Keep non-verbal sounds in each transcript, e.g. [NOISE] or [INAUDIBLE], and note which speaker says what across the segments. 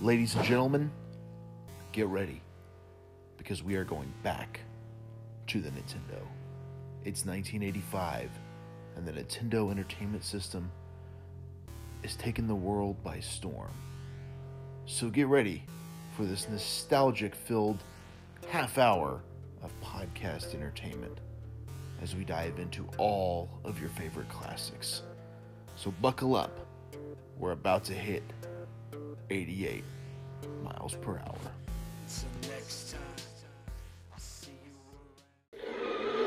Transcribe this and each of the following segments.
Speaker 1: Ladies and gentlemen, get ready because we are going back to the Nintendo. It's 1985, and the Nintendo Entertainment System is taking the world by storm. So get ready for this nostalgic filled half hour of podcast entertainment as we dive into all of your favorite classics. So buckle up. We're about to hit 88 miles per hour.
Speaker 2: Till next time, I'll see you around.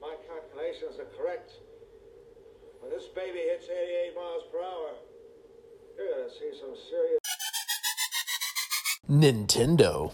Speaker 3: My calculations are correct. When this baby hits 88 miles per hour, you're gonna see some serious.
Speaker 1: Nintendo.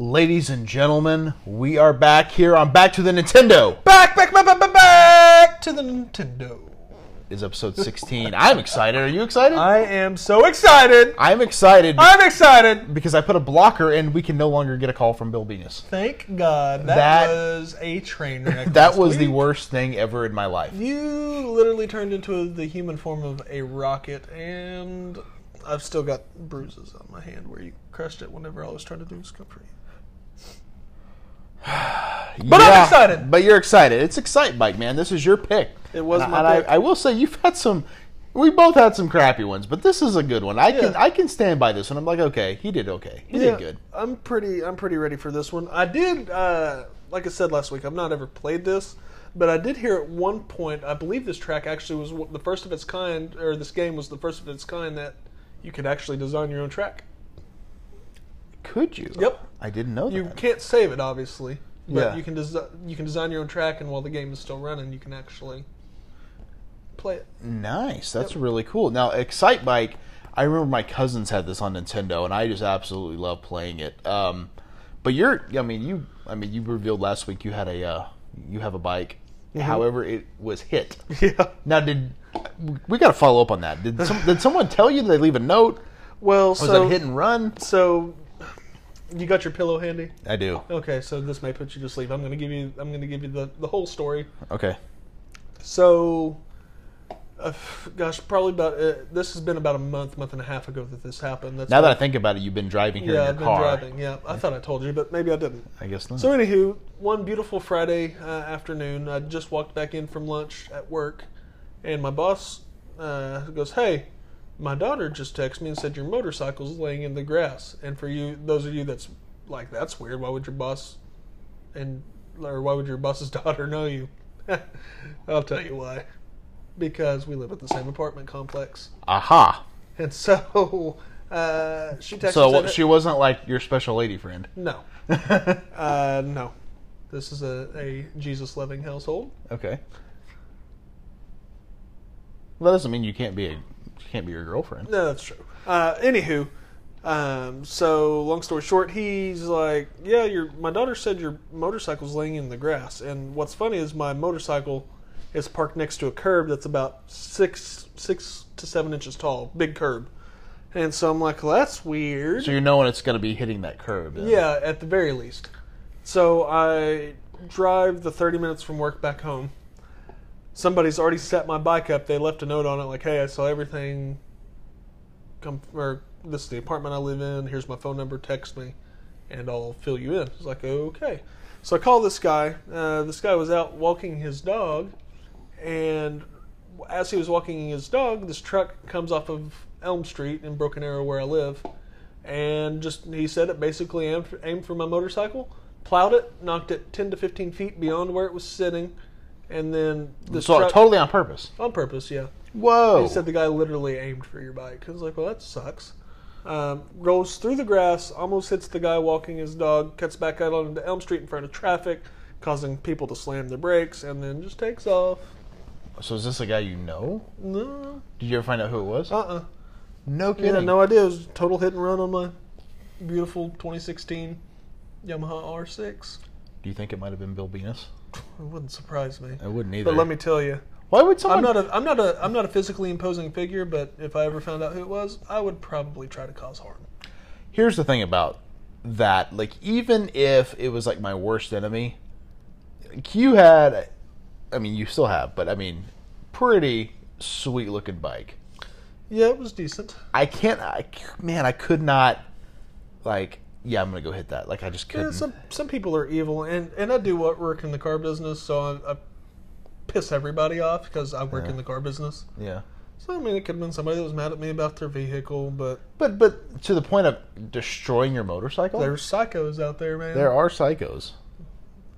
Speaker 1: Ladies and gentlemen, we are back here on Back to the Nintendo.
Speaker 4: back, back, back, back, back, back to the Nintendo.
Speaker 1: Is episode
Speaker 4: [LAUGHS]
Speaker 1: 16. I'm excited. Are you excited?
Speaker 4: I am so excited.
Speaker 1: I'm excited
Speaker 4: I'm excited.
Speaker 1: because I put a blocker and we can no longer get a call from Bill Venus.
Speaker 4: Thank God that,
Speaker 1: That-
Speaker 4: was a train wreck.
Speaker 1: [LAUGHS] That
Speaker 4: this
Speaker 1: was the
Speaker 4: week.
Speaker 1: worst thing ever in my life.
Speaker 4: You literally turned into the human form of a rocket, and I've still got bruises on my hand where you crushed it whenever I was trying to do this country. But I'm excited.
Speaker 1: But you're excited. It's Excite Bike, man. This is your pick.
Speaker 4: It was
Speaker 1: and
Speaker 4: my
Speaker 1: I- and
Speaker 4: pick.
Speaker 1: I, I will say you've had some. We both had some crappy ones, but this is a good one. I can
Speaker 4: Yeah.
Speaker 1: I can stand by this one. I'm like, okay, he did okay. He did good.
Speaker 4: I'm pretty. I'm pretty ready for this one. I did. Uh, like I said last week, I've not ever played this, but I did hear at one point. I believe this track actually was one- the first of its kind, or this game was the first of its kind that you could actually design your own track.
Speaker 1: Could you?
Speaker 4: Yep.
Speaker 1: I didn't know
Speaker 4: You
Speaker 1: that.
Speaker 4: can't save it, obviously, but
Speaker 1: Yeah.
Speaker 4: you can desi you can design your own track, and while the game is still running, you can actually play
Speaker 1: [LAUGHS]
Speaker 4: it.
Speaker 1: Nice. That's really cool. Now, Excite Bike, I remember my cousins had this on Nintendo, and I just absolutely love playing it. Um, but you're, I mean, you, I mean, you revealed last week you had a, uh, you have a bike.
Speaker 4: Mm-hmm.
Speaker 1: However, it was hit.
Speaker 4: Yeah.
Speaker 1: Now, did we got to follow up on that? Did some, did someone tell you? Did they leave a note?
Speaker 4: Well,
Speaker 1: Was
Speaker 4: so
Speaker 1: it hit and run?
Speaker 4: so you got your pillow handy.
Speaker 1: I do.
Speaker 4: Okay, so this may put you to sleep. I'm gonna give you. I'm gonna give you the, the whole story.
Speaker 1: Okay.
Speaker 4: So, uh, gosh, probably about uh, this has been about a month, month and a half ago that this happened. That's
Speaker 1: Now that I
Speaker 4: why-
Speaker 1: think about it, you've been driving here
Speaker 4: yeah,
Speaker 1: in
Speaker 4: I've
Speaker 1: your
Speaker 4: been
Speaker 1: car.
Speaker 4: driving. Yeah, I thought I told you, but maybe I didn't.
Speaker 1: I guess not.
Speaker 4: So, anywho, one beautiful Friday uh, afternoon, I just walked back in from lunch at work, and my boss uh, goes, "Hey, my daughter just texted me and said your motorcycle's laying in the grass." And for you, those of you that's like, "That's weird. Why would your boss and or why would your boss's [LAUGHS] daughter know you?" I'll tell you why. Because we live at the same apartment complex,
Speaker 1: Aha.
Speaker 4: and so uh, she texted.
Speaker 1: So
Speaker 4: and
Speaker 1: what-
Speaker 4: said-
Speaker 1: she wasn't like your special lady friend. [LAUGHS]
Speaker 4: no. uh, no. This is a, a Jesus loving household.
Speaker 1: Okay. Well, that doesn't mean you can't be a she can't be your girlfriend.
Speaker 4: No, that's true. Uh, anywho, um, so long story short, he's like, "Yeah, your my daughter said your motorcycle's laying in the grass." And what's funny is my motorcycle is parked next to a curb that's about six six to seven inches tall, big curb. And so I'm like, well, "That's weird."
Speaker 1: So you're knowing it's going to be hitting that curb. then.
Speaker 4: Yeah, at the very least. So I drive the 30 minutes from work back home. Somebody's already set my bike up. They left a note on it like, "Hey, I saw everything. Come or this is the apartment I live in. Here's my phone number. Text me, and I'll fill you in." It's like, "Okay." So I call this guy. Uh, this guy was out walking his dog, and as he was walking his dog, this truck comes off of Elm Street in Broken Arrow, where I live, and just he said it basically aimed for, aimed for my motorcycle, plowed it, knocked it ten to fifteen feet beyond where it was sitting, and then the
Speaker 1: So
Speaker 4: truck
Speaker 1: totally on purpose.
Speaker 4: on purpose. Yeah,
Speaker 1: Whoa.
Speaker 4: he said the guy literally aimed for your bike. I was like, well, that sucks. Um, rolls through the grass, almost hits the guy walking his dog, cuts back out onto Elm Street in front of traffic, causing people to slam their brakes, and then just takes off.
Speaker 1: So is this a guy you know?
Speaker 4: No,
Speaker 1: Did you ever find out who it was?
Speaker 4: uh, uh
Speaker 1: no
Speaker 4: yeah,
Speaker 1: kidding.
Speaker 4: no idea. It was a total hit and run on my beautiful 2016 Yamaha R6.
Speaker 1: Do you think it might have been Bill Venus?
Speaker 4: It wouldn't surprise me.
Speaker 1: I wouldn't either.
Speaker 4: But let me tell you,
Speaker 1: Why would someone?
Speaker 4: I'm not a I'm not a I'm not a physically imposing figure, but if I ever found out who it was, I would probably try to cause harm.
Speaker 1: Here's the thing about that. Like, even if it was like my worst enemy, like, you had. I mean, you still have, but I mean, pretty sweet looking bike.
Speaker 4: Yeah, it was decent.
Speaker 1: I can't. I c- man, I could not. Like, yeah, I'm gonna go hit that. Like, I just
Speaker 4: Yeah,
Speaker 1: couldn't.
Speaker 4: some some people are evil, and and I do what work in the car business, so I, I piss everybody off because I work
Speaker 1: Yeah.
Speaker 4: in the car business.
Speaker 1: yeah.
Speaker 4: So I mean, it could have been somebody that was mad at me about their vehicle, but
Speaker 1: But but to the point of destroying your motorcycle,
Speaker 4: there's psychos out there, man.
Speaker 1: there are psychos.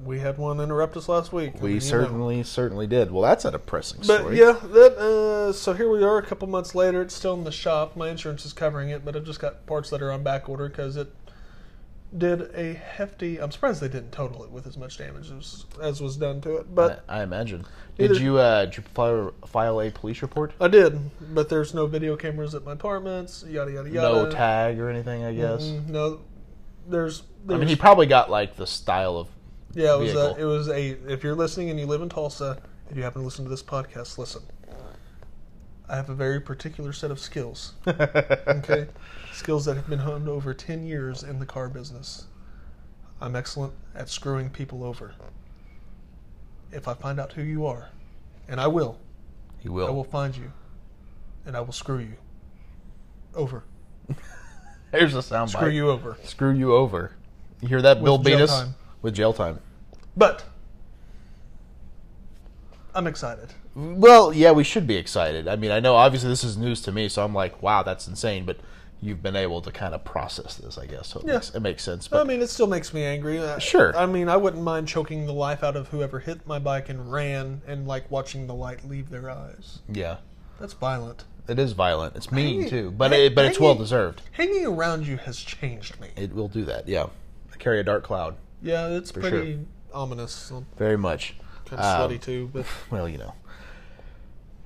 Speaker 4: We had one interrupt us last week. I mean,
Speaker 1: We
Speaker 4: you know.
Speaker 1: certainly certainly did. Well, that's a depressing
Speaker 4: But
Speaker 1: story.
Speaker 4: yeah, that uh, so here we are a couple months later. It's still in the shop. My insurance is covering it, but I've just got parts that are on back order because it did a hefty. I'm surprised they didn't total it with as much damage as, as was done to it. But
Speaker 1: I, I imagine. Did
Speaker 4: Either-
Speaker 1: you uh, did you file, file a police report?
Speaker 4: I did. But there's no video cameras at my apartments. Yada yada yada.
Speaker 1: No tag or anything, I guess.
Speaker 4: Mm, no, there's.
Speaker 1: I
Speaker 4: there's
Speaker 1: mean, he probably got like the style of. [LAUGHS]
Speaker 4: yeah, it was a,
Speaker 1: vehicle.
Speaker 4: it was a. If you're listening and you live in Tulsa and you happen to listen to this podcast, listen. I have a very particular set of skills.
Speaker 1: [LAUGHS]
Speaker 4: okay? Skills that have been honed over 10 years in the car business. I'm excellent at screwing people over. If I find out who you are, and I will,
Speaker 1: He
Speaker 4: I
Speaker 1: will.
Speaker 4: will find you, and I will screw you over.
Speaker 1: Here's a soundbite.
Speaker 4: Screw you over.
Speaker 1: Screw you over. You hear that, Bill
Speaker 4: jail
Speaker 1: Venus?
Speaker 4: time.
Speaker 1: With jail time.
Speaker 4: But I'm excited.
Speaker 1: Well, yeah, we should be excited. I mean, I know obviously this is news to me, so I'm like, wow, that's insane. But you've been able to kind of process this, I guess. So it,
Speaker 4: Yeah.
Speaker 1: makes, it makes sense. But
Speaker 4: I mean, it still makes me angry. I-
Speaker 1: Sure.
Speaker 4: I mean, I wouldn't mind choking the life out of whoever hit my bike and ran and, like, watching the light leave their eyes.
Speaker 1: yeah,
Speaker 4: That's violent.
Speaker 1: it is violent. It's mean
Speaker 4: Hanging-
Speaker 1: too, but
Speaker 4: hang-
Speaker 1: it, but it's well
Speaker 4: hanging-
Speaker 1: deserved.
Speaker 4: Hanging around you has changed me.
Speaker 1: It will do that. Yeah, I carry a dark cloud
Speaker 4: Yeah, it's
Speaker 1: sure.
Speaker 4: pretty ominous. I'm
Speaker 1: very much.
Speaker 4: kind of
Speaker 1: Um,
Speaker 4: slutty too, but
Speaker 1: Well, you know.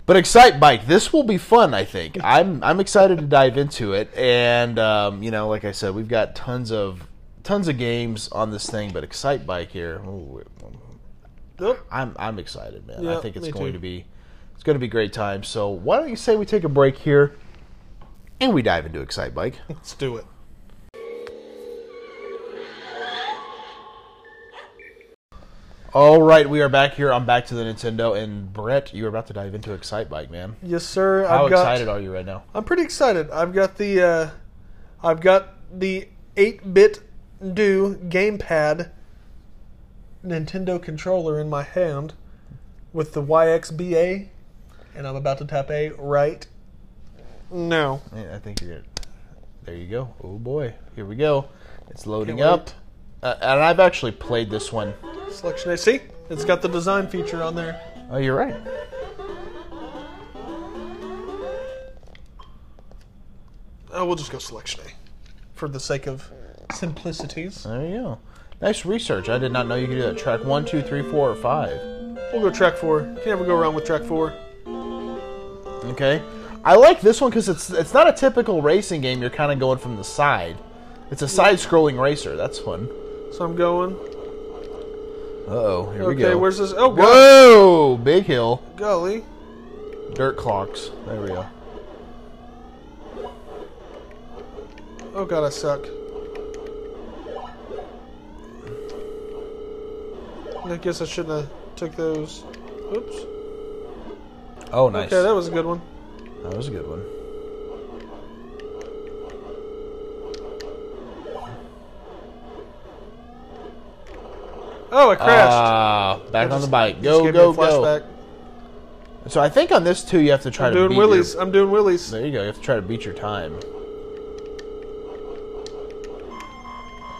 Speaker 1: But Excite Bike, this will be fun. I
Speaker 4: [LAUGHS]
Speaker 1: think I'm I'm excited to dive into it, and um, you know, like I said, we've got tons of tons of games on this thing. But Excite Bike here, ooh,
Speaker 4: oh,
Speaker 1: I'm I'm excited, man. I
Speaker 4: Yeah,
Speaker 1: think it's
Speaker 4: me
Speaker 1: going
Speaker 4: too.
Speaker 1: to be it's going to be a great time. So why don't you say we take a break here, and we dive into Excite
Speaker 4: [LAUGHS]
Speaker 1: Bike.
Speaker 4: let's do it.
Speaker 1: All right, we are back here. I'm back to the Nintendo, and Brett, you are about to dive into Excite Bike, man.
Speaker 4: Yes, sir.
Speaker 1: How
Speaker 4: I've got,
Speaker 1: excited are you right now?
Speaker 4: I'm pretty excited. I've got the, uh, I've got the 8-bit do gamepad Nintendo controller in my hand with the YXBA, and I'm about to tap A right. No.
Speaker 1: Man, I think you're. There you go. Oh boy, here we go. It's loading
Speaker 4: Can't
Speaker 1: up,
Speaker 4: wait.
Speaker 1: uh, and I've actually played this one.
Speaker 4: Selection A. See, it's got the design feature on there.
Speaker 1: Oh, you're right.
Speaker 4: Oh, we'll just go selection A for the sake of simplicities.
Speaker 1: There you go. Nice research. I did not know you could do that. Track one, two, three, four, or five.
Speaker 4: We'll go track four. Can never go wrong with track four.
Speaker 1: Okay. I like this one because it's it's not a typical racing game. You're kind of going from the side. It's a side-scrolling racer. That's fun.
Speaker 4: So I'm going.
Speaker 1: Uh oh, here we
Speaker 4: Okay,
Speaker 1: go.
Speaker 4: where's this? Oh, God.
Speaker 1: Whoa, big hill,
Speaker 4: golly.
Speaker 1: dirt clocks. There we go.
Speaker 4: Oh, God, I suck. I guess I shouldn't have took those. Oops.
Speaker 1: Oh, nice.
Speaker 4: Okay, that was a good one.
Speaker 1: That was a good one.
Speaker 4: Oh, I crashed.
Speaker 1: Ah, back Uh, on the bike.
Speaker 4: Just
Speaker 1: Go,
Speaker 4: gave me a
Speaker 1: go, go.
Speaker 4: flashback.
Speaker 1: So I think on this too, you have to try
Speaker 4: I'm
Speaker 1: to
Speaker 4: doing
Speaker 1: beat
Speaker 4: willies.
Speaker 1: Your,
Speaker 4: I'm doing willies.
Speaker 1: there you go. You have to try to beat your time.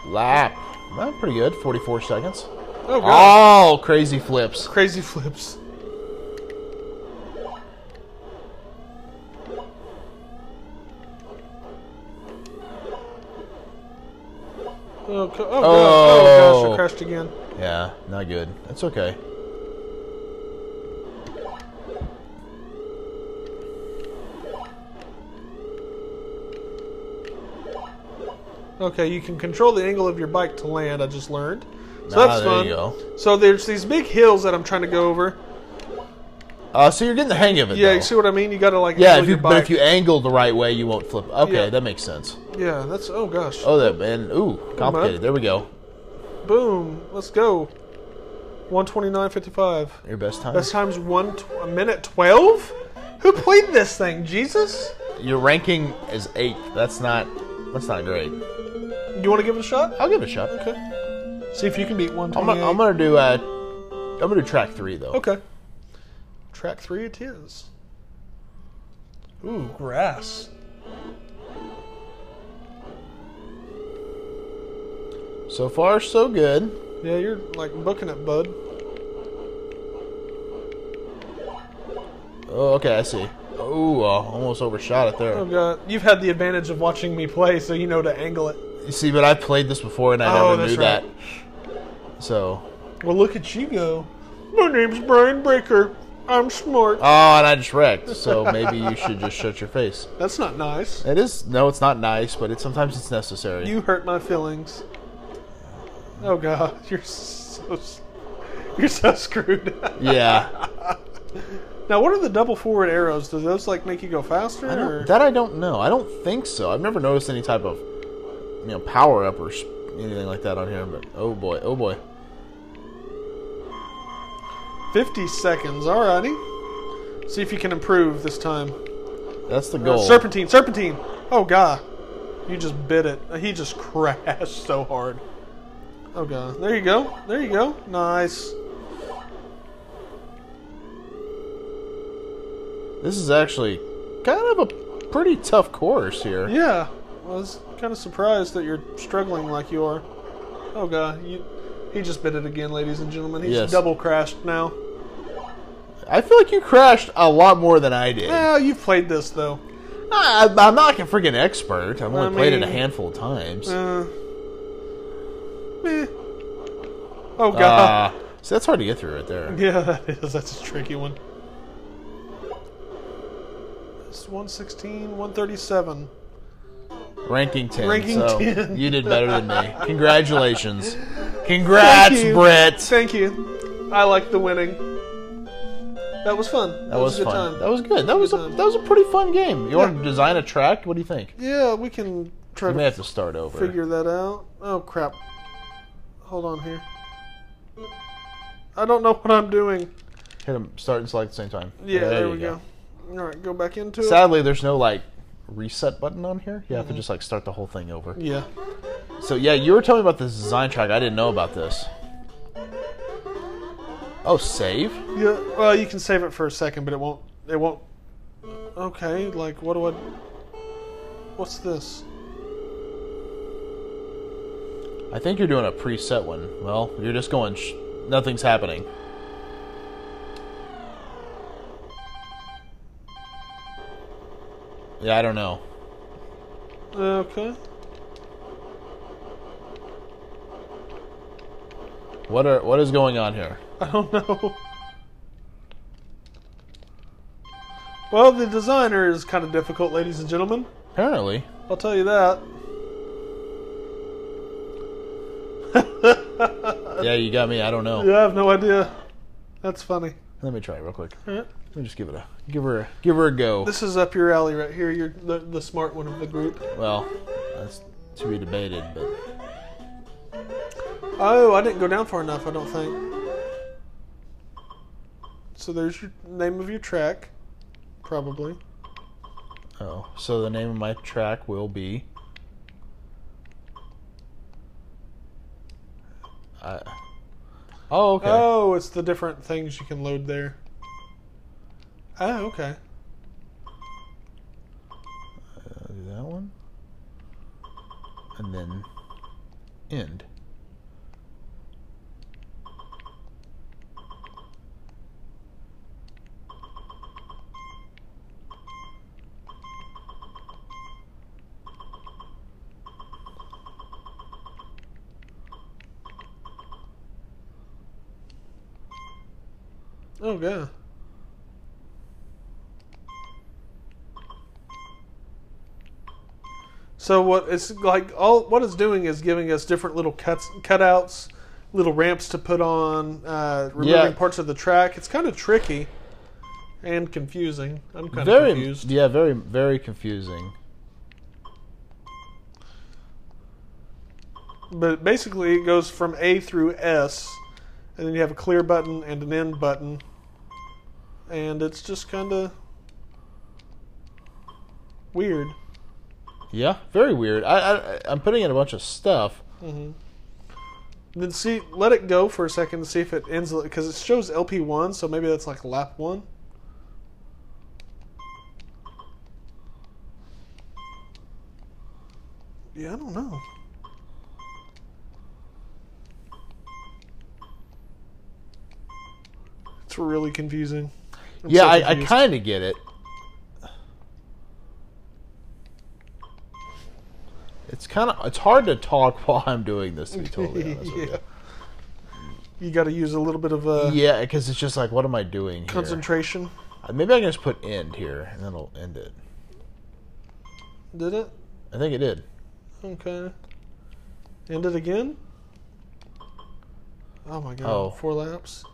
Speaker 1: Lap. That's pretty good. Forty-four seconds.
Speaker 4: Oh, God.
Speaker 1: Oh, crazy flips.
Speaker 4: Crazy flips. Oh, co- oh, God. oh gosh,
Speaker 1: Oh.
Speaker 4: Oh,
Speaker 1: Oh.
Speaker 4: I crashed again.
Speaker 1: Yeah, not good. That's okay.
Speaker 4: Okay, you can control the angle of your bike to land. I just learned. So
Speaker 1: Ah,
Speaker 4: that's
Speaker 1: there
Speaker 4: fun.
Speaker 1: you go.
Speaker 4: So there's these big hills that I'm trying to go over.
Speaker 1: Uh, so you're getting the hang of it.
Speaker 4: Yeah,
Speaker 1: though.
Speaker 4: you see what I mean? You gotta like
Speaker 1: yeah.
Speaker 4: angle
Speaker 1: If you,
Speaker 4: your
Speaker 1: but
Speaker 4: bike.
Speaker 1: if you angle the right way, you won't flip. Okay,
Speaker 4: Yeah.
Speaker 1: that makes sense.
Speaker 4: yeah, that's oh gosh,
Speaker 1: Oh, that and ooh, complicated. There we go.
Speaker 4: boom, let's go. One twenty nine fifty five.
Speaker 1: Your best time.
Speaker 4: That's times one tw- a minute twelve. Who played this thing? Jesus.
Speaker 1: Your ranking is eighth. That's not. That's not great.
Speaker 4: You want to give it a shot?
Speaker 1: I'll give it a shot.
Speaker 4: Okay. See if you can beat one
Speaker 1: I'm gonna, I'm gonna do. Uh, I'm gonna do track three though.
Speaker 4: Okay. Track three it is. Ooh, grass.
Speaker 1: So far, so good.
Speaker 4: Yeah, you're like booking it, bud.
Speaker 1: Oh, okay, I see. Oh, uh, almost overshot it there.
Speaker 4: Oh god, you've had the advantage of watching me play, so you know to angle it.
Speaker 1: You see, but I played this before and I
Speaker 4: Oh,
Speaker 1: never
Speaker 4: that's
Speaker 1: knew
Speaker 4: right.
Speaker 1: that. So,
Speaker 4: Well, look at you go. My name's Brian Breaker. I'm smart.
Speaker 1: oh, and I just wrecked. So maybe you should
Speaker 4: [LAUGHS]
Speaker 1: just shut your face.
Speaker 4: That's not nice.
Speaker 1: It is no, it's not nice, but it sometimes it's necessary.
Speaker 4: You hurt my feelings. Oh god, [LAUGHS] you're so s- you're so screwed.
Speaker 1: [LAUGHS]
Speaker 4: [LAUGHS]
Speaker 1: yeah,
Speaker 4: now, what are the double forward arrows? Do those like make you go faster?
Speaker 1: I
Speaker 4: or-
Speaker 1: don't, that I don't know. I don't think so. I've never noticed any type of you know power up or sp- anything like that on here. But oh boy, oh boy.
Speaker 4: 50 seconds, alrighty. See if you can improve this time.
Speaker 1: That's the
Speaker 4: Uh,
Speaker 1: goal.
Speaker 4: serpentine, serpentine! Oh god. You just bit it. He just [LAUGHS] crashed so hard. Oh god. There you go. There you go. Nice.
Speaker 1: This is actually kind of a pretty tough course here.
Speaker 4: Yeah. I was kind of surprised that you're struggling like you are. Oh god. You, he just bit it again, ladies and gentlemen. He's
Speaker 1: Yes.
Speaker 4: double crashed now.
Speaker 1: I feel like you crashed a lot more than I did.
Speaker 4: Yeah, you've played this though.
Speaker 1: I, I'm not like a freaking expert. I've only
Speaker 4: I
Speaker 1: played it a
Speaker 4: mean-
Speaker 1: handful of times.
Speaker 4: Uh, meh. Oh
Speaker 1: Ah,
Speaker 4: god.
Speaker 1: so that's hard to get through right there.
Speaker 4: [LAUGHS] Yeah, that is. That's a tricky one. It's 116, 137.
Speaker 1: Ranking 10.
Speaker 4: Ranking
Speaker 1: so
Speaker 4: 10.
Speaker 1: You did better than
Speaker 4: [LAUGHS]
Speaker 1: me. Congratulations. Congrats,
Speaker 4: Thank you.
Speaker 1: Brett.
Speaker 4: Thank you. I like the winning. That was fun. That,
Speaker 1: That was,
Speaker 4: a good
Speaker 1: fun.
Speaker 4: time.
Speaker 1: That was good. That was a,
Speaker 4: time.
Speaker 1: that was a pretty fun game. You want
Speaker 4: Yeah.
Speaker 1: to design a track? What do you think?
Speaker 4: yeah, we can try
Speaker 1: We may
Speaker 4: to
Speaker 1: have to start over.
Speaker 4: figure that out. Oh, crap. Hold on here. I don't know what I'm doing.
Speaker 1: Hit 'em- start and select at the same time.
Speaker 4: Yeah, there,
Speaker 1: you
Speaker 4: we go. All right, go back into it.
Speaker 1: Sadly, there's no like reset button on here. You have to just like start the whole thing over.
Speaker 4: Yeah.
Speaker 1: So yeah, you were telling me about this design track. I didn't know about this. Oh, save?
Speaker 4: Yeah. Well, you can save it for a second, but it won't. It won't. Okay. Like, what do I? What's this?
Speaker 1: I think you're doing a preset one. Well, you're just going. Sh- nothing's happening. Yeah, I don't know.
Speaker 4: Okay. [LAUGHS]
Speaker 1: What are what is going on here?
Speaker 4: I don't know. Well, the designer is kind of difficult, ladies and gentlemen.
Speaker 1: Apparently,
Speaker 4: I'll tell you that.
Speaker 1: yeah, you got me. I don't know.
Speaker 4: Yeah, I have no idea. That's funny.
Speaker 1: Let me try it real quick.
Speaker 4: Alright.
Speaker 1: Let me just give it a give her a, give her a go.
Speaker 4: This is up your alley right here. You're the, the smart one of the group.
Speaker 1: Well, that's to be debated, but
Speaker 4: Oh, I didn't go down far enough, I don't think. So there's your name of your track, probably.
Speaker 1: oh, so the name of my track will be. I oh okay.
Speaker 4: Oh, it's the different things you can load there. Oh, okay.
Speaker 1: Uh, do that one. And then end.
Speaker 4: Oh yeah. So what it's like all what it's doing is giving us different little cuts cutouts, little ramps to put on, uh,
Speaker 1: Yeah.
Speaker 4: removing parts of the track. It's kind of tricky and confusing. I'm kind
Speaker 1: very,
Speaker 4: of confused.
Speaker 1: yeah, very, very confusing.
Speaker 4: But basically, it goes from A through S, and then you have a clear button and an end button, and it's just kind of weird.
Speaker 1: Yeah, very weird. I, I, I'm putting in a bunch of stuff.
Speaker 4: Mm-hmm. Then see, let it go for a second to see if it ends because it shows LP one, so maybe that's like lap one. Yeah, I don't know. It's really confusing. I'm
Speaker 1: yeah,
Speaker 4: so
Speaker 1: I, I
Speaker 4: confused.
Speaker 1: kind of get it. It's kind of it's hard to talk [LAUGHS] while I'm doing this. To be totally
Speaker 4: [LAUGHS]
Speaker 1: honest with
Speaker 4: yeah. You got to use a little bit of uh,
Speaker 1: you. Yeah, because it's just like, what am I doing here?
Speaker 4: concentration.
Speaker 1: Uh, Maybe I can just put end here, and then it'll end it.
Speaker 4: Did it?
Speaker 1: I think it did.
Speaker 4: Okay. End it again? Oh my god.
Speaker 1: Oh.
Speaker 4: Four laps.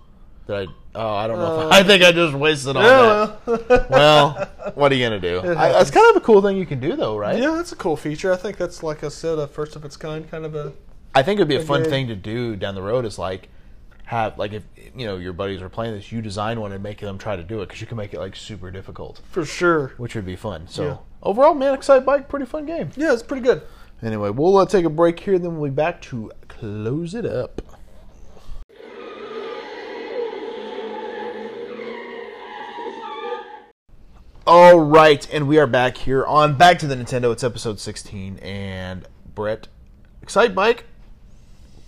Speaker 1: Did I? Oh, I don't know.
Speaker 4: Uh,
Speaker 1: if I, [LAUGHS] think I just wasted all that.
Speaker 4: [LAUGHS]
Speaker 1: Well, what are you gonna do? I, that's
Speaker 4: happens.
Speaker 1: kind of a cool thing you can do, though, right?
Speaker 4: yeah, that's a cool feature. I think that's like I said, a first of its kind kind of a
Speaker 1: I think it'd be a fun
Speaker 4: Agreed.
Speaker 1: thing to do down the road. Is like have like if you know your buddies are playing this, you design one and make them try to do it because you can make it like super difficult,
Speaker 4: for sure.
Speaker 1: which would be fun. So
Speaker 4: Yeah.
Speaker 1: overall, man, Excite Bike, pretty fun game.
Speaker 4: Yeah, it's pretty good.
Speaker 1: Anyway, we'll uh, take a break here, then we'll be back to close it up. All right, and we are back here on Back to the Nintendo. It's episode 16, and Brett, Excite Bike,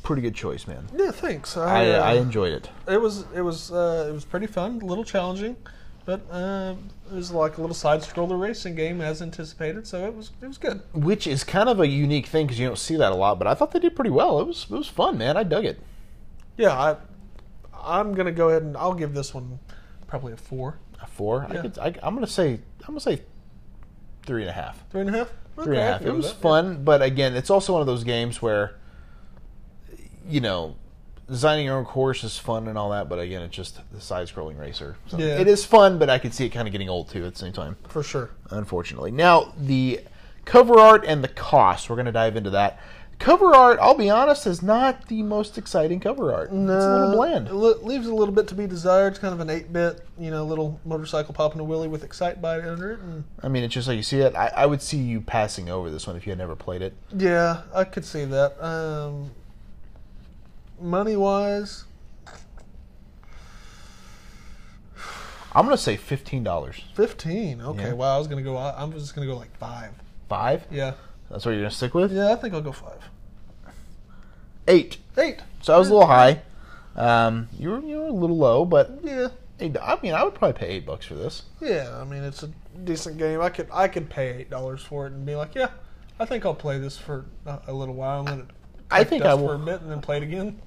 Speaker 1: pretty good choice, man.
Speaker 4: Yeah, thanks. I,
Speaker 1: I,
Speaker 4: uh,
Speaker 1: I enjoyed it.
Speaker 4: it was it was uh, it was pretty fun, a little challenging, but uh, it was like a little side scroller racing game as anticipated, so it was it was good.
Speaker 1: Which is kind of a unique thing because you don't see that a lot, but I thought they did pretty well. It was it was fun, man. I dug it.
Speaker 4: Yeah, I I'm gonna go ahead and I'll give this one probably a four.
Speaker 1: A four. I
Speaker 4: Yeah.
Speaker 1: could, I, I'm gonna say I'm gonna say three and a half.
Speaker 4: Three and a half?
Speaker 1: Three and a
Speaker 4: Okay, I
Speaker 1: half.
Speaker 4: can go
Speaker 1: It
Speaker 4: with
Speaker 1: was
Speaker 4: that.
Speaker 1: fun, but again, it's also one of those games where, you know, designing your own course is fun and all that, but again, it's just the side-scrolling racer. So
Speaker 4: Yeah.
Speaker 1: It is fun, but I could see it kind of getting old too at the same time,
Speaker 4: For sure.
Speaker 1: unfortunately. Now the cover art and the cost. We're gonna dive into that. Cover art, I'll be honest, is not the most exciting cover art. It's a little bland.
Speaker 4: It le- leaves a little bit to be desired. It's kind of an eight-bit, you know, little motorcycle popping a wheelie with Excite Bite under it, and
Speaker 1: I mean, it's just like you see it. I, I would see you passing over this one if you had never played it.
Speaker 4: yeah, I could see that. Um, money-wise,
Speaker 1: I'm gonna say fifteen dollars.
Speaker 4: fifteen. Okay,
Speaker 1: Yeah.
Speaker 4: wow. I was gonna go. I, I was just gonna go like five.
Speaker 1: Five?
Speaker 4: Yeah,
Speaker 1: That's what you're gonna stick with?
Speaker 4: yeah. I think I'll go five.
Speaker 1: Eight.
Speaker 4: Eight.
Speaker 1: So I was a little high. Um, you were you were a little low, but
Speaker 4: Yeah,
Speaker 1: eight, I mean, I would probably pay eight bucks for this.
Speaker 4: yeah. I mean, it's a decent game. I could I could pay eight dollars for it and be like, yeah, I think I'll play this for a, a little while and let it.
Speaker 1: I
Speaker 4: collect
Speaker 1: think
Speaker 4: dust
Speaker 1: I
Speaker 4: for a
Speaker 1: will-
Speaker 4: bit and then play it again.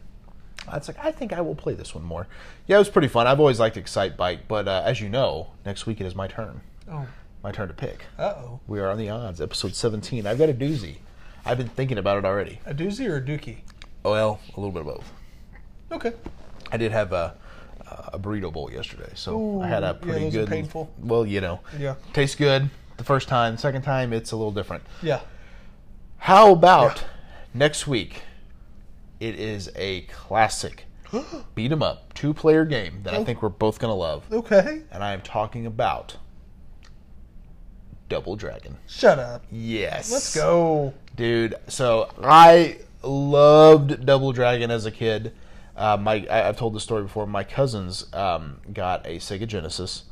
Speaker 1: I was like, I think I will play this one more. Yeah, it was pretty fun. I've always liked Excite Bike, but uh, as you know, next week it is my turn.
Speaker 4: Oh,
Speaker 1: My turn to pick.
Speaker 4: uh oh.
Speaker 1: We are on the odds, episode 17. I've got a doozy. I've been thinking about it already. Oh,
Speaker 4: A doozy or a dookie?
Speaker 1: Well, a little bit of both.
Speaker 4: Okay.
Speaker 1: I did have a a burrito bowl yesterday, so I had
Speaker 4: Ooh, yeah,
Speaker 1: a pretty
Speaker 4: those are
Speaker 1: good.
Speaker 4: painful.
Speaker 1: Well, you know,
Speaker 4: Yeah.
Speaker 1: tastes good the first time. Second time, it's a little different.
Speaker 4: Yeah.
Speaker 1: How about next week? It is a classic beat 'em up two player game that I think we're both gonna love,
Speaker 4: Okay.
Speaker 1: and I am talking about Double Dragon.
Speaker 4: Shut up.
Speaker 1: Yes,
Speaker 4: Let's go.
Speaker 1: dude. So I loved Double Dragon as a kid. Uh, my I, I've told this story before. My cousins um, got a Sega Genesis,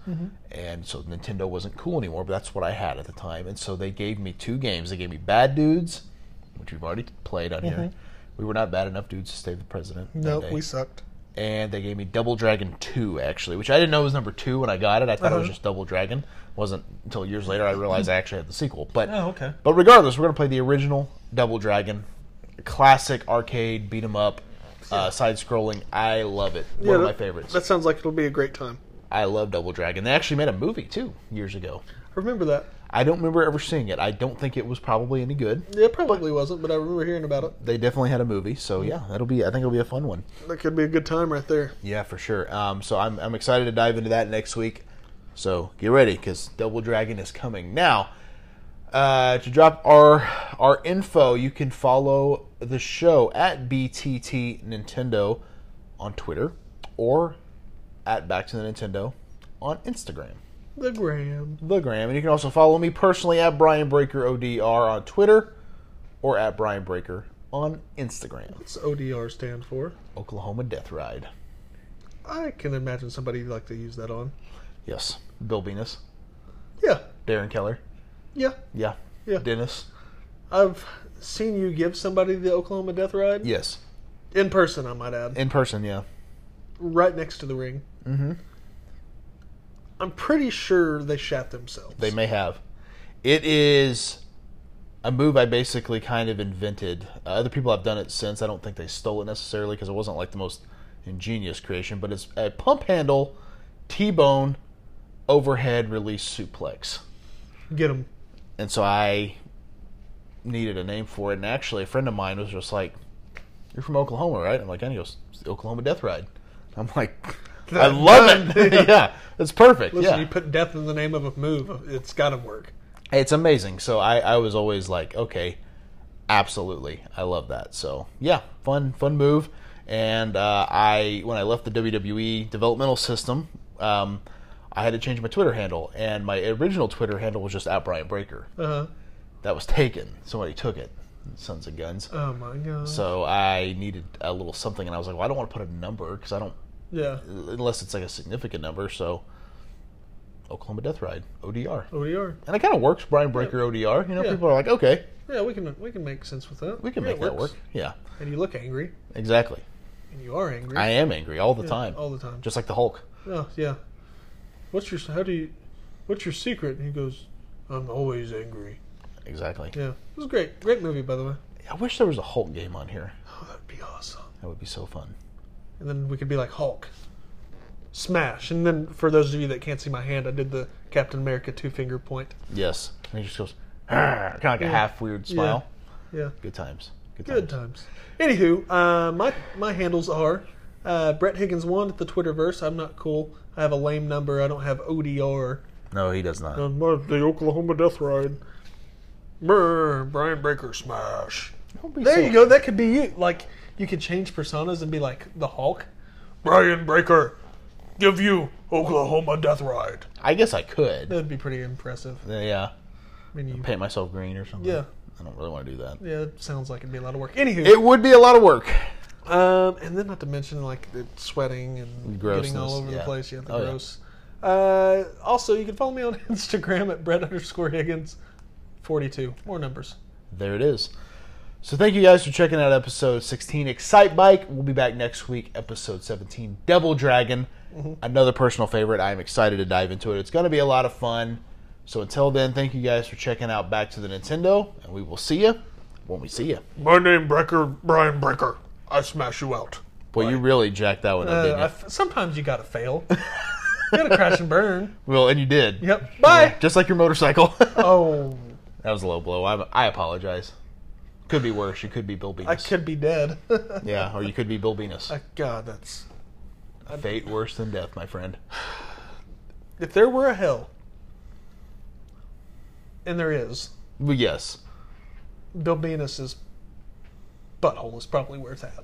Speaker 1: and so Nintendo wasn't cool anymore. But that's what I had at the time, and so they gave me two games. They gave me Bad Dudes, which we've already played on here. We were not bad enough dudes to stay the president. that
Speaker 4: Nope,
Speaker 1: day.
Speaker 4: we sucked.
Speaker 1: and they gave me Double Dragon Two actually, which I didn't know was number two when I got it. I thought it was
Speaker 4: Uh-huh.
Speaker 1: just Double Dragon. wasn't until years later I realized I actually had the sequel. But
Speaker 4: Oh, okay.
Speaker 1: but regardless, we're gonna play the original Double Dragon, classic arcade beat 'em up. uh, side-scrolling. I love it. One
Speaker 4: Yeah,
Speaker 1: of
Speaker 4: that-
Speaker 1: my favorites.
Speaker 4: That sounds like it'll be a great time.
Speaker 1: I love Double Dragon. They actually made a movie too years ago.
Speaker 4: I remember that.
Speaker 1: I don't remember ever seeing it. I don't think it was probably any good.
Speaker 4: Yeah, it probably wasn't, but I remember hearing about it.
Speaker 1: They definitely had a movie, so
Speaker 4: Mm.
Speaker 1: yeah, that'll be. I think it'll be a fun one.
Speaker 4: That could be a good time right there.
Speaker 1: Yeah, for sure. Um, so I'm I'm excited to dive into that next week. So get ready because Double Dragon is coming now. Uh, to drop our our info, you can follow the show at BTT Nintendo on Twitter or at Back to the Nintendo on Instagram.
Speaker 4: The Graham.
Speaker 1: the gram. And you can also follow me personally at Brian Breaker ODR on Twitter or at Brian Breaker on Instagram.
Speaker 4: What's ODR stand for?
Speaker 1: Oklahoma Death Ride.
Speaker 4: I can imagine somebody would like to use that on.
Speaker 1: Yes. Bill Venus.
Speaker 4: Yeah,
Speaker 1: Darren Keller.
Speaker 4: yeah,
Speaker 1: Yeah.
Speaker 4: yeah.
Speaker 1: Dennis.
Speaker 4: I've seen you give somebody the Oklahoma Death Ride.
Speaker 1: Yes.
Speaker 4: In person, I might add.
Speaker 1: In person, yeah.
Speaker 4: right next to the ring. Mm-hmm. I'm pretty sure they shat themselves.
Speaker 1: They may have. It is a move I basically kind of invented. Uh, other people have done it since. I don't think they stole it necessarily because it wasn't like the most ingenious creation, but it's a pump handle, T bone, overhead release suplex.
Speaker 4: Get them.
Speaker 1: and so I needed a name for it. And actually, a friend of mine was just like, "You're from Oklahoma, right?" I'm like, "And he goes, "It's the Oklahoma Death Ride." I'm like,
Speaker 4: [LAUGHS]
Speaker 1: "I love it. [LAUGHS] yeah, it's perfect.
Speaker 4: Listen,
Speaker 1: yeah,
Speaker 4: you put death in the name of a move, it's got to work.
Speaker 1: it's amazing." So I, I was always like, "Okay, absolutely, I love that." So yeah, fun, fun move. And uh, I, when I left the WWE developmental system, um, I had to change my Twitter handle, and my original Twitter handle was just at Brian Breaker.
Speaker 4: Uh-huh.
Speaker 1: that was taken. Somebody took it. Sons of guns.
Speaker 4: Oh my god.
Speaker 1: So I needed a little something, and I was like, well, I don't want to put a number because I don't,
Speaker 4: yeah.
Speaker 1: unless it's like a significant number. So Oklahoma Death Ride, ODR.
Speaker 4: ODR.
Speaker 1: And it kind of works, Brian Breaker ODR. You know,
Speaker 4: Yeah.
Speaker 1: people are like, okay,
Speaker 4: Yeah, we can we can make sense with that.
Speaker 1: we can
Speaker 4: Yeah,
Speaker 1: make
Speaker 4: it
Speaker 1: that
Speaker 4: works.
Speaker 1: work. Yeah,
Speaker 4: And you look angry,
Speaker 1: exactly.
Speaker 4: and you are angry.
Speaker 1: I am angry all the
Speaker 4: Yeah,
Speaker 1: time.
Speaker 4: all the time.
Speaker 1: Just like the Hulk.
Speaker 4: Oh yeah. What's your how do you? What's your secret? And he goes, I'm always angry.
Speaker 1: Exactly.
Speaker 4: Yeah, it was great. Great movie, by the way.
Speaker 1: I wish there was a Hulk game on here.
Speaker 4: Oh, that'd be awesome.
Speaker 1: That would be so fun.
Speaker 4: And then we could be like Hulk, smash. And then for those of you that can't see my hand, I did the Captain America two finger point.
Speaker 1: Yes. And he just goes, kind of like a half weird smile.
Speaker 4: Yeah.
Speaker 1: Good times. Good times.
Speaker 4: Good times. Anywho, uh, my my handles are uh, Brett Higgins one at the Twitterverse. I'm not cool. I have a lame number. I don't have ODR.
Speaker 1: No, he does not.
Speaker 4: And my- the Oklahoma Death Ride. Brr, Brian Breaker smash.
Speaker 1: Don't be
Speaker 4: There
Speaker 1: so-
Speaker 4: you go. That could be you. Like you could change personas and be like the Hulk. Brian Breaker, give you Oklahoma Death Ride.
Speaker 1: I guess I could.
Speaker 4: That'd be pretty impressive.
Speaker 1: Yeah.
Speaker 4: I mean, you,
Speaker 1: Paint myself green or something.
Speaker 4: Yeah.
Speaker 1: I don't really want to do that.
Speaker 4: yeah, it sounds like it'd be a lot of work. Anywho,
Speaker 1: It would be a lot of work.
Speaker 4: Um, and then not to mention like the sweating and getting
Speaker 1: Grossness,
Speaker 4: all over the
Speaker 1: yeah.
Speaker 4: place. Yeah, the
Speaker 1: Oh, yeah.
Speaker 4: gross. Uh, also, you can follow me on [LAUGHS] Instagram at Brett underscore Higgins forty two. More numbers.
Speaker 1: There it is. So thank you guys for checking out episode 16 Excite Bike. We'll be back next week, episode 17 Devil Dragon.
Speaker 4: Mm-hmm.
Speaker 1: Another personal favorite. I'm excited to dive into it. It's going to be a lot of fun. So until then, thank you guys for checking out Back to the Nintendo, and we will see you when we see you.
Speaker 4: My name Brecker Brian Brecker. I smash you out.
Speaker 1: Well, you really jacked that one up,
Speaker 4: Uh,
Speaker 1: didn't
Speaker 4: I
Speaker 1: you?
Speaker 4: f- sometimes you gotta fail. [LAUGHS] you gotta crash and burn.
Speaker 1: well, and you did. [LAUGHS]
Speaker 4: Yep. Bye.
Speaker 1: Just like your motorcycle. [LAUGHS] that
Speaker 4: Oh,
Speaker 1: was a low blow. I, I apologize. Could be worse. You could be Bill Beavis.
Speaker 4: I could be dead. [LAUGHS]
Speaker 1: Yeah, or you could be Bill Venus.
Speaker 4: God, that's
Speaker 1: Fate worse than death, my friend.
Speaker 4: if there were a hell, and there is.
Speaker 1: Well, yes,
Speaker 4: Bill Venus's butthole is probably where it's at.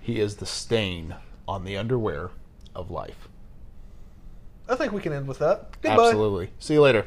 Speaker 1: he is the stain on the underwear of life.
Speaker 4: I think we can end with that. Goodbye.
Speaker 1: Absolutely. See you later.